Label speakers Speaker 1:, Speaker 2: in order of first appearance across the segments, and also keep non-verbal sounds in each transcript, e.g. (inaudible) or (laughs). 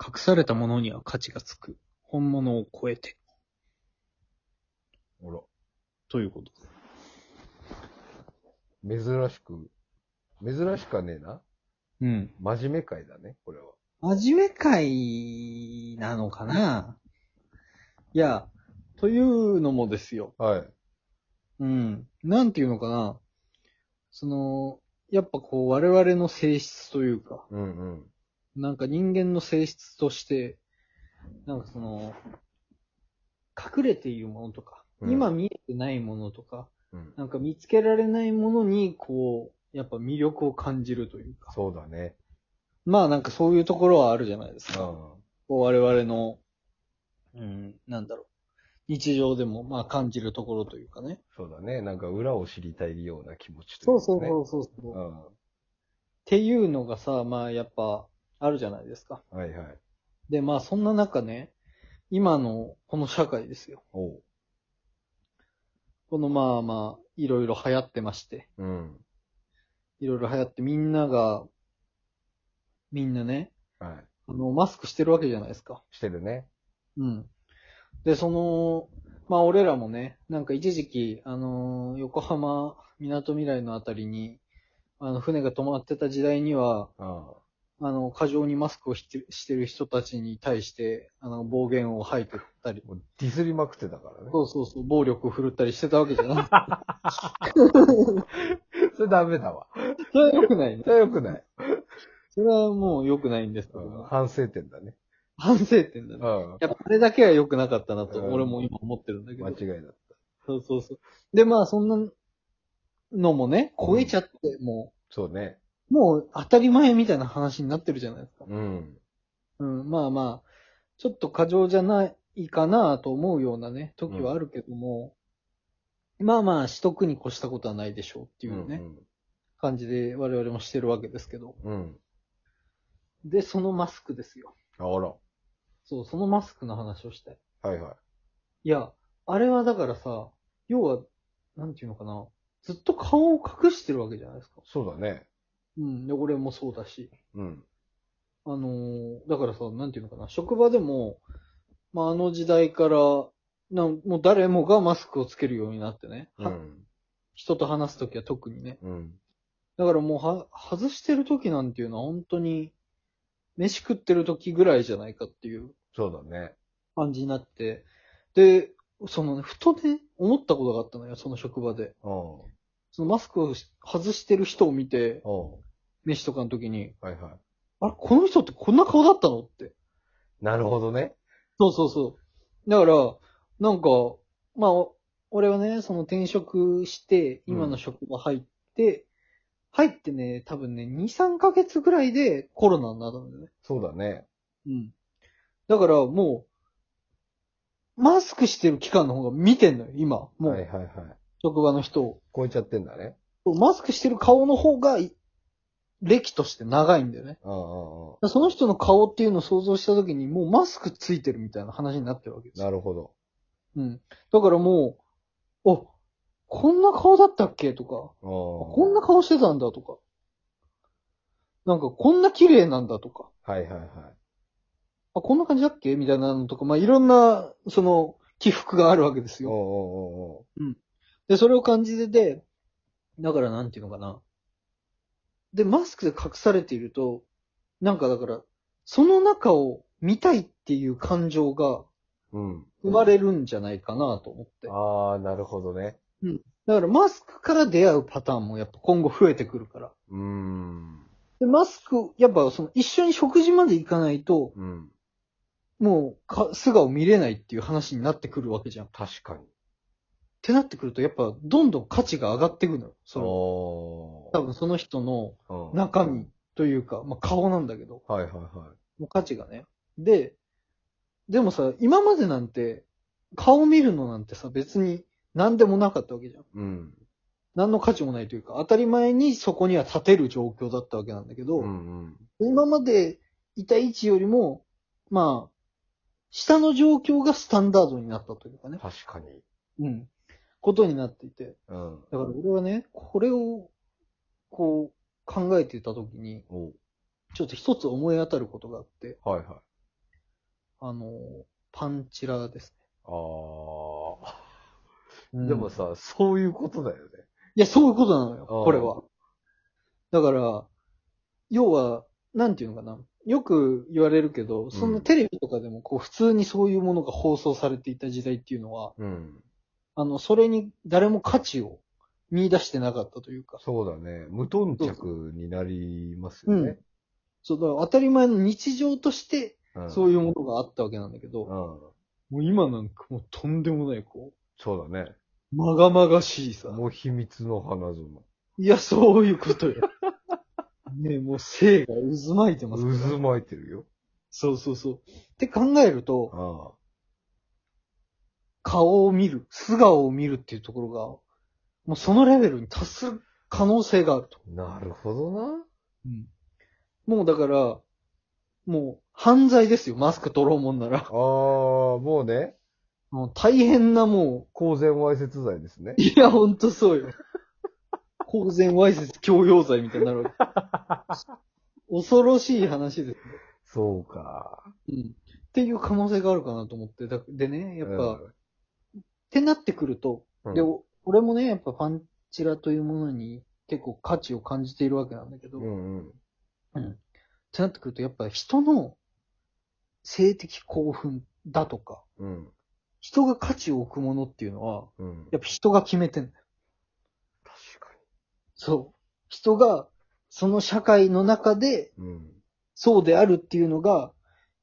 Speaker 1: 隠されたものには価値がつく。本物を超えて。
Speaker 2: ほら、
Speaker 1: ということ。
Speaker 2: 珍しく、珍しくはねえな。
Speaker 1: うん。
Speaker 2: 真面目会だね、これは。
Speaker 1: 真面目会なのかないや、というのもですよ。
Speaker 2: はい。
Speaker 1: うん。なんていうのかなその、やっぱこう我々の性質というか、
Speaker 2: うんうん。
Speaker 1: なんか人間の性質として、なんかその、隠れているものとか、
Speaker 2: うん
Speaker 1: 今見えてないものとか、
Speaker 2: うん。
Speaker 1: なんか見つけられないものに、こう、やっぱ魅力を感じるというか。
Speaker 2: そうだね。
Speaker 1: まあなんかそういうところはあるじゃないです
Speaker 2: う
Speaker 1: か。
Speaker 2: ん。
Speaker 1: こう我々の、うん、なんだろう。日常でもまあ感じるところというかね。
Speaker 2: そうだね。なんか裏を知りたいような気持ちとい
Speaker 1: そううそ
Speaker 2: か
Speaker 1: う
Speaker 2: ね
Speaker 1: そうそうそう。っ
Speaker 2: う
Speaker 1: ていうのがさ、まあやっぱあるじゃないですか。
Speaker 2: ん。はいはい。
Speaker 1: でまあそんな中ね、今のこの社会ですよ。
Speaker 2: おう。
Speaker 1: このまあまあ、いろいろ流行ってまして、
Speaker 2: うん。
Speaker 1: いろいろ流行ってみんなが、みんなね、
Speaker 2: はい。
Speaker 1: あの、マスクしてるわけじゃないですか。
Speaker 2: してるね。
Speaker 1: うん。で、その、まあ俺らもね、なんか一時期、あのー横浜、港未来のあたりに、あの、船が止まってた時代には、
Speaker 2: うん。
Speaker 1: あの、過剰にマスクをしてしてる人たちに対して、あの、暴言を吐いてたり、
Speaker 2: もうディスりまくってたからね。
Speaker 1: そうそうそう、暴力を振るったりしてたわけじゃ
Speaker 2: (laughs)
Speaker 1: ない。
Speaker 2: それダメだわ。
Speaker 1: それは良くないね
Speaker 2: そ。れは良くない。
Speaker 1: それはもう良くないんですけ
Speaker 2: うん
Speaker 1: ど、
Speaker 2: 反省点だね。
Speaker 1: 反省点だね。
Speaker 2: うん。
Speaker 1: やっぱあれだけは良くなかったなと、
Speaker 2: うん
Speaker 1: 俺も今思ってるんだけど
Speaker 2: 間。違いだ。
Speaker 1: そうそうそう。で、まあ、そんなのもね、超えちゃって、も
Speaker 2: そうね。
Speaker 1: う、もう当たり前みたいな話になってるじゃないですか。
Speaker 2: うん。
Speaker 1: うん、まあまあ、ちょっと過剰じゃないかなと思うようなね、時はあるけども、まあまあ、取得に越したことはないでしょうっていうね、感じで我々もしてるわけですけど。
Speaker 2: うん。うん。
Speaker 1: で、そのマスクですよ。
Speaker 2: あら。
Speaker 1: そう、そのマスクの話をしたい。
Speaker 2: はいはい。
Speaker 1: いや、あれはだからさ、要は、なんていうのかな、ずっと顔を隠してるわけじゃないですか。
Speaker 2: そうだね。
Speaker 1: うん、で、俺もそうだし。
Speaker 2: うん。
Speaker 1: あのーだからさ、なんていうのかな、職場でも、まあ、あの時代から、なんもう誰もがマスクをつけるようになってね。
Speaker 2: う
Speaker 1: は
Speaker 2: ん。
Speaker 1: 人と話すときは特にね。
Speaker 2: うん。
Speaker 1: だからもうは、外してるときなんていうのは本当に、飯食ってるときぐらいじゃないかっていう
Speaker 2: そうだね。
Speaker 1: 感じになって。で、そのね、ふとね、思ったことがあったのよ、その職場で。
Speaker 2: うん。
Speaker 1: そのマスクをし外してる人を見て、
Speaker 2: うん。
Speaker 1: 飯とかの時に、
Speaker 2: はいは
Speaker 1: あれ、この人ってこんな顔だったのって。
Speaker 2: い。なるほどね。
Speaker 1: そうそうそう。だから、なんか、まあ、お俺はね、その転職して、今の職場入って、入ってね、多分ね、2、3ヶ月ぐらいでコロナになったんだよね。
Speaker 2: そうだね。
Speaker 1: うん。だからもう、マスクしてる期間の方が見てんのよ、今。も、
Speaker 2: はいはいうはい。
Speaker 1: 職場の人を。
Speaker 2: 超えちゃってんだね。
Speaker 1: マスクしてる顔の方が、い歴として長いんだよね。
Speaker 2: うんうんうん。
Speaker 1: だからその人の顔っていうのを想像した時に、もうマスクついてるみたいな話になってるわけですよ
Speaker 2: なるほど。
Speaker 1: うん。だからもう、あ、こんな顔だったっけとか、
Speaker 2: う
Speaker 1: あ
Speaker 2: ん。
Speaker 1: こんな顔してたんだとか、なんかこんな綺麗なんだとか、
Speaker 2: はいはいはい。
Speaker 1: あ、こんな感じだっけみたいなのとか、まあ、いろんな、その、起伏があるわけです
Speaker 2: うん
Speaker 1: よ。
Speaker 2: うんうんうん。
Speaker 1: で、それを感じてて、だからなんていうのかな。で、マスクで隠されていると、なんかだから、その中を見たいっていう感情が
Speaker 2: うん。
Speaker 1: 生まれるんじゃないかなと思って。
Speaker 2: ああ、なるほどね。
Speaker 1: だからマスクから出会うパターンもやっぱ今後増えてくるから。
Speaker 2: うーん。
Speaker 1: で、マスク、やっぱその一緒に食事まで行かないと、
Speaker 2: うん。
Speaker 1: もうか素顔見れないっていう話になってくるわけじゃん。っ
Speaker 2: 確かに。
Speaker 1: てなってくると、やっぱどんどん価値が上がってくのよ。その、
Speaker 2: そ
Speaker 1: 多分その人の
Speaker 2: 分
Speaker 1: 中身というか、まあ顔なんだけど、
Speaker 2: はいはいは
Speaker 1: もう価値がね。で、でもさ、今までなんて、顔見るのなんてさ、別に何でもなかったわけじゃん。
Speaker 2: い。うん。
Speaker 1: 何の価値もないというか、当たり前にそこには立てる状況だったわけなんだけど、
Speaker 2: うんうん。
Speaker 1: 今までいた位置よりも、まあ、下の状況がスタンダードになったというかね、
Speaker 2: 確かに。
Speaker 1: うん、ことになっていて。
Speaker 2: うん。
Speaker 1: だから俺はね、これを、こう、考えていたときに、
Speaker 2: お
Speaker 1: ちょっと一つ思い当たることがあって、
Speaker 2: はいは
Speaker 1: あの、パンチラです
Speaker 2: ああ。
Speaker 1: ね。
Speaker 2: でも
Speaker 1: うん、
Speaker 2: さ、そういうことだよね。
Speaker 1: いや、そういうことなのよ、
Speaker 2: あー
Speaker 1: これは。だから、要は、なんていうのかな。よく言われるけど、そんなテレビとかでもこう普通にそういうものが放送されていた時代っていうのは、
Speaker 2: うん。
Speaker 1: あの、それに誰も価値を見出してなかったというか、
Speaker 2: そうだね。無頓着になりますよね。
Speaker 1: そうだから当たり前の日常としてそう
Speaker 2: い
Speaker 1: いうものがあったわけなんだけど、
Speaker 2: うん。うん。
Speaker 1: もう今なんかもうとんでもないこ
Speaker 2: そうだね。
Speaker 1: う、まがまがしいさ。
Speaker 2: もう秘密の花園。
Speaker 1: いや、そういうことよ。 (laughs) ねえもう性が渦巻いてますから。
Speaker 2: 渦巻いてるよ。
Speaker 1: そうそうそう。って考えると、
Speaker 2: あ
Speaker 1: 顔を見る、素顔を見るっていうところが、もうそのレベルに達する可能性があると。
Speaker 2: あ。なるほどな。
Speaker 1: もうだから、もう犯罪ですよ、マスク取ろうもんなら。
Speaker 2: ああ、もうね、
Speaker 1: もう大変なも
Speaker 2: 公然わいせつ罪ですね
Speaker 1: う、。い (laughs) や、ほんとそうよ。公然わいせつ強要罪みたいになるわけ。恐ろしい話です。
Speaker 2: そうか。
Speaker 1: うん。っていう可能性があるかなと思って。だでね、やっぱ、
Speaker 2: うん
Speaker 1: っ、てなってくると、
Speaker 2: うん
Speaker 1: で、お俺もね、やっぱパンチラというものに結構価値を感じているわけなんだけど、
Speaker 2: う
Speaker 1: っ
Speaker 2: んうん。
Speaker 1: てなってくると、やっぱ人の性的興奮だとか、
Speaker 2: うん。
Speaker 1: 人が価値を置くものっていうのは、
Speaker 2: うん。
Speaker 1: やっぱ人が決めてんだよ。
Speaker 2: 確
Speaker 1: そう。人が、その社会の中で、
Speaker 2: かに。うん。
Speaker 1: そうであるっていうのが、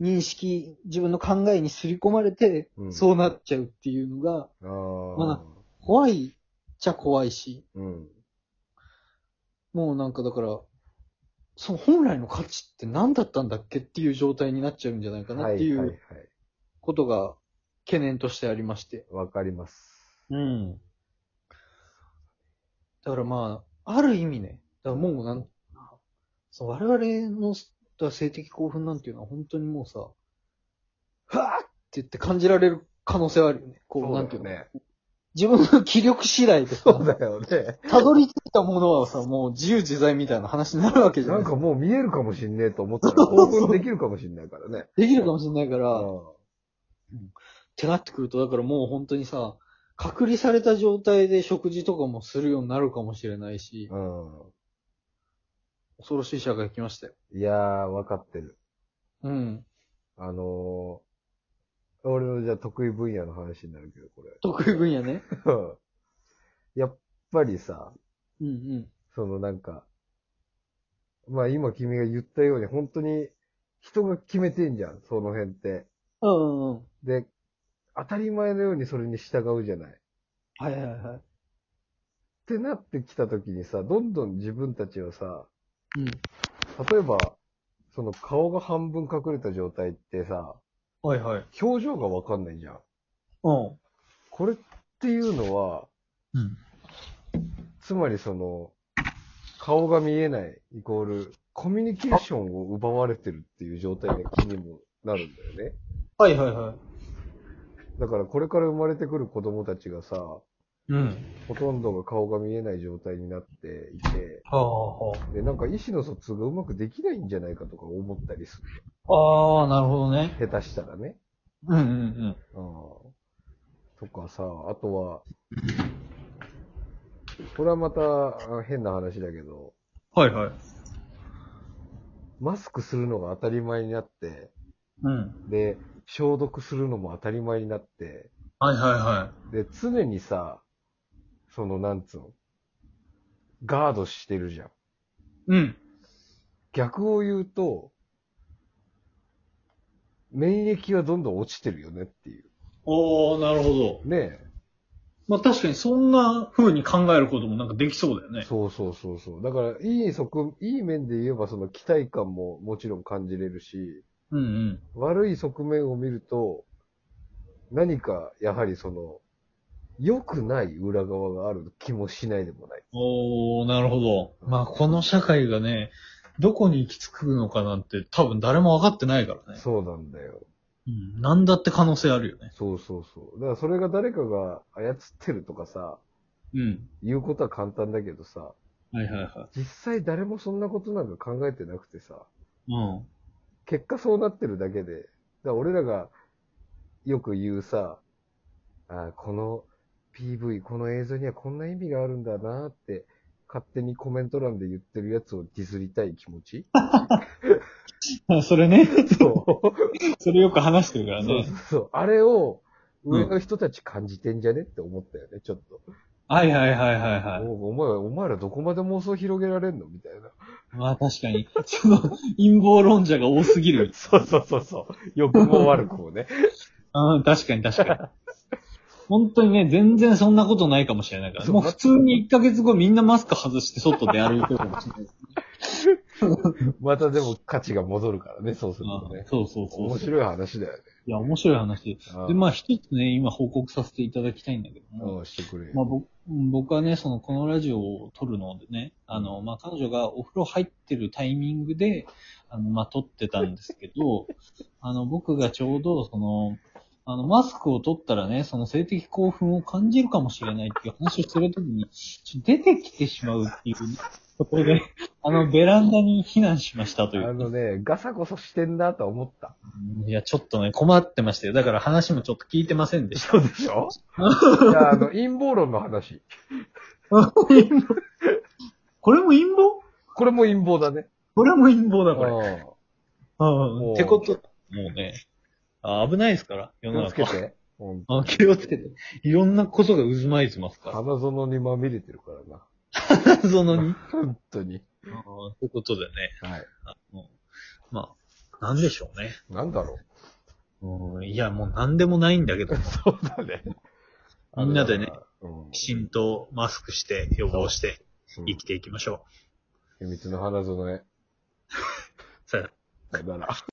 Speaker 1: 認識、自分の考えに刷り込まれて、
Speaker 2: うん
Speaker 1: そうなっちゃうっていうのが、
Speaker 2: ああ。
Speaker 1: ま怖いっちゃ怖いし、
Speaker 2: うん。
Speaker 1: もうなんかだから、その本来の価値って何だったんだっけっていう状態になっちゃうんじゃないかなってい
Speaker 2: はいは
Speaker 1: う
Speaker 2: いはい。
Speaker 1: ことが懸念としてありまして。
Speaker 2: わかります。
Speaker 1: うん。だからまあ、ある意味ね、だからもうなん、そう我々のだから性的興奮なんていうのは本当にもうさ、はぁって言って感じられる可能性はあるよね。こう、なんていうの。
Speaker 2: ね。
Speaker 1: 自分の気力次第でさ、
Speaker 2: そうだよね。
Speaker 1: たどり着いたものはさ、もう自由自在みたいな話になるわけじゃ
Speaker 2: な
Speaker 1: (laughs) ない
Speaker 2: んかもう見えるかもしんねえと思ったら興奮できるかもしんないからね。
Speaker 1: できるかもしれないか
Speaker 2: う
Speaker 1: ら、っ
Speaker 2: ん
Speaker 1: てなってくると、だからもう本当にさ、隔離された状態で食事とかもするようになるかもしれないし、
Speaker 2: うん。
Speaker 1: 恐ろしい社会来ましたよ。
Speaker 2: いやー、わかってる。
Speaker 1: うん。
Speaker 2: あのー、俺のじゃあ得意分野の話になるけど、これ。
Speaker 1: 得意分野ね。
Speaker 2: やっぱりさ、
Speaker 1: うんうん。
Speaker 2: そのなんか、まあ今君が言ったように、本当に人が決めてんじゃん、その辺って。
Speaker 1: うんうんうん。
Speaker 2: で、当たり前のようにそれに従うじゃない。っ
Speaker 1: はいはいはい。
Speaker 2: てなってきた時にさ、どんどん自分たちをさ、
Speaker 1: うん。
Speaker 2: 例えば、その顔が半分隠れた状態ってさ、
Speaker 1: はいはい。
Speaker 2: 表情がわかんないじゃん。
Speaker 1: うん。
Speaker 2: これっていうのは、
Speaker 1: うん。
Speaker 2: つまりその、顔が見えないイコール、コミュニケーションを奪われてるっていう状態が気にもなるんだよね。
Speaker 1: はいはいはい。
Speaker 2: だからこれから生まれてくる子供たちがさ、
Speaker 1: うん。
Speaker 2: ほとんどが顔が見えない状態になっていて、
Speaker 1: はあは
Speaker 2: で、なんか意思の疎通がうまくできないんじゃないかとか思ったりする。
Speaker 1: あ。ああ、なるほどね。
Speaker 2: 下手したらね。
Speaker 1: うんうん
Speaker 2: うん。とかさ、あとは、これはまたあ変な話だけど、
Speaker 1: うん。はいはい。
Speaker 2: マスクするのが当たり前になって、
Speaker 1: うん。
Speaker 2: で、消毒するのも当たり前になって、
Speaker 1: はいはいは
Speaker 2: で、常にさ、その、なんつうの、ガードしてるじゃん。
Speaker 1: い。うん。
Speaker 2: 逆を言うと、免疫はどんどん落ちてるよねっていう。
Speaker 1: おおなるほど。
Speaker 2: ね
Speaker 1: まあ確かにそんな風に考えることもなんかできそうだよ
Speaker 2: え。
Speaker 1: ね。
Speaker 2: そうそうそうそう。だから、いい側、いい面で言えば、その期待感ももちろん感じれるし、
Speaker 1: うんうん。
Speaker 2: 悪い側面を見ると、何か、やはりその、良くない裏側がある気もしないでもない。
Speaker 1: おー、なるほど。まあ、この社会がね、どこに行き着くのかなんて多分誰も分かってないからね。
Speaker 2: そうなんだよ。
Speaker 1: うん。なんだって可能性あるよね。
Speaker 2: そうそうそう。だからそれが誰かが操ってるとかさ、
Speaker 1: うん。
Speaker 2: 言うことは簡単だけどさ、
Speaker 1: はいはいは
Speaker 2: 実際誰もそんなことなんか考えてなくてさ、
Speaker 1: い。うん。
Speaker 2: 結果そうなってるだけで、から俺らがよく言うさ、あーこの PV、この映像にはこんな意味があるんだなーって、勝手にコメント欄で言ってるやつをディスりたい気持ち
Speaker 1: あ (laughs) それね。
Speaker 2: (laughs) そう。
Speaker 1: それよく話してるから
Speaker 2: そう
Speaker 1: ね
Speaker 2: そう。そう。あれを、上の人たち感じてんじゃねって思ったよね、ちょっと。
Speaker 1: はいはいはいはいはい。
Speaker 2: おお前お前らどこまで妄想広げられんのみたいな。
Speaker 1: まあ確かに、その陰謀論者が多すぎ
Speaker 2: (laughs)
Speaker 1: る。
Speaker 2: そうそうそうそう。欲も悪くもね。
Speaker 1: うん、確かに確かに。本当にね、全然そんなことないかもしれないから。
Speaker 2: そう
Speaker 1: もう普通に1ヶ月後みんなマスク外して外で歩いてるかもしれないです
Speaker 2: (laughs) またでも価値が戻るからね、そうすると
Speaker 1: ね
Speaker 2: ね。。
Speaker 1: そうそうそう。
Speaker 2: 面白い話だよね。
Speaker 1: いや、面白い話。で、
Speaker 2: あ
Speaker 1: まあ一つね、今報告させていただきたいんだけど
Speaker 2: あ、
Speaker 1: も、
Speaker 2: うんしてくれよ。
Speaker 1: まあ僕僕はね、その、このラジオを撮るのでね、あの、まあ彼女がお風呂入ってるタイミングで、あの、まあ撮ってたんですけど、 (laughs) あの、僕がちょうど、その、あの、マスクを取ったらね、その性的興奮を感じるかもしれないっていう話をしてるときに、ちょ出てきてしまうっていう、ね、そこ (laughs) で、あの、ベランダに避難しましたという。
Speaker 2: あのね、ガサゴソしてんなとは思った。
Speaker 1: いや、ちょっとね、困ってましたよ。だから話もちょっと聞いてませんで (laughs) した。
Speaker 2: そうでしょ (laughs) いや、あの、陰謀論の話。
Speaker 1: これも陰謀
Speaker 2: これも陰謀だね。
Speaker 1: これも陰謀だ、これ。
Speaker 2: う
Speaker 1: うん
Speaker 2: もう
Speaker 1: ってこと、もうね、あ危ないですから、世
Speaker 2: ん。気
Speaker 1: の
Speaker 2: をつけ
Speaker 1: 中。
Speaker 2: て。うん
Speaker 1: あ気をつけて。いろんなことが渦巻いてますか
Speaker 2: 花園にまみれてるから (laughs)
Speaker 1: ら。
Speaker 2: な。
Speaker 1: そのに。
Speaker 2: 本当に。
Speaker 1: ということでね、
Speaker 2: はい。
Speaker 1: あのまあ、なんでしょうね。
Speaker 2: なんだろう。
Speaker 1: うん、いや、もうなんでもないんだけど、
Speaker 2: (laughs) そうだね。
Speaker 1: みんなでね、
Speaker 2: うん。
Speaker 1: きちんとマスクして、予防して、生きていきましょう。
Speaker 2: 秘密の花園へ。
Speaker 1: さよなら。
Speaker 2: さよなら。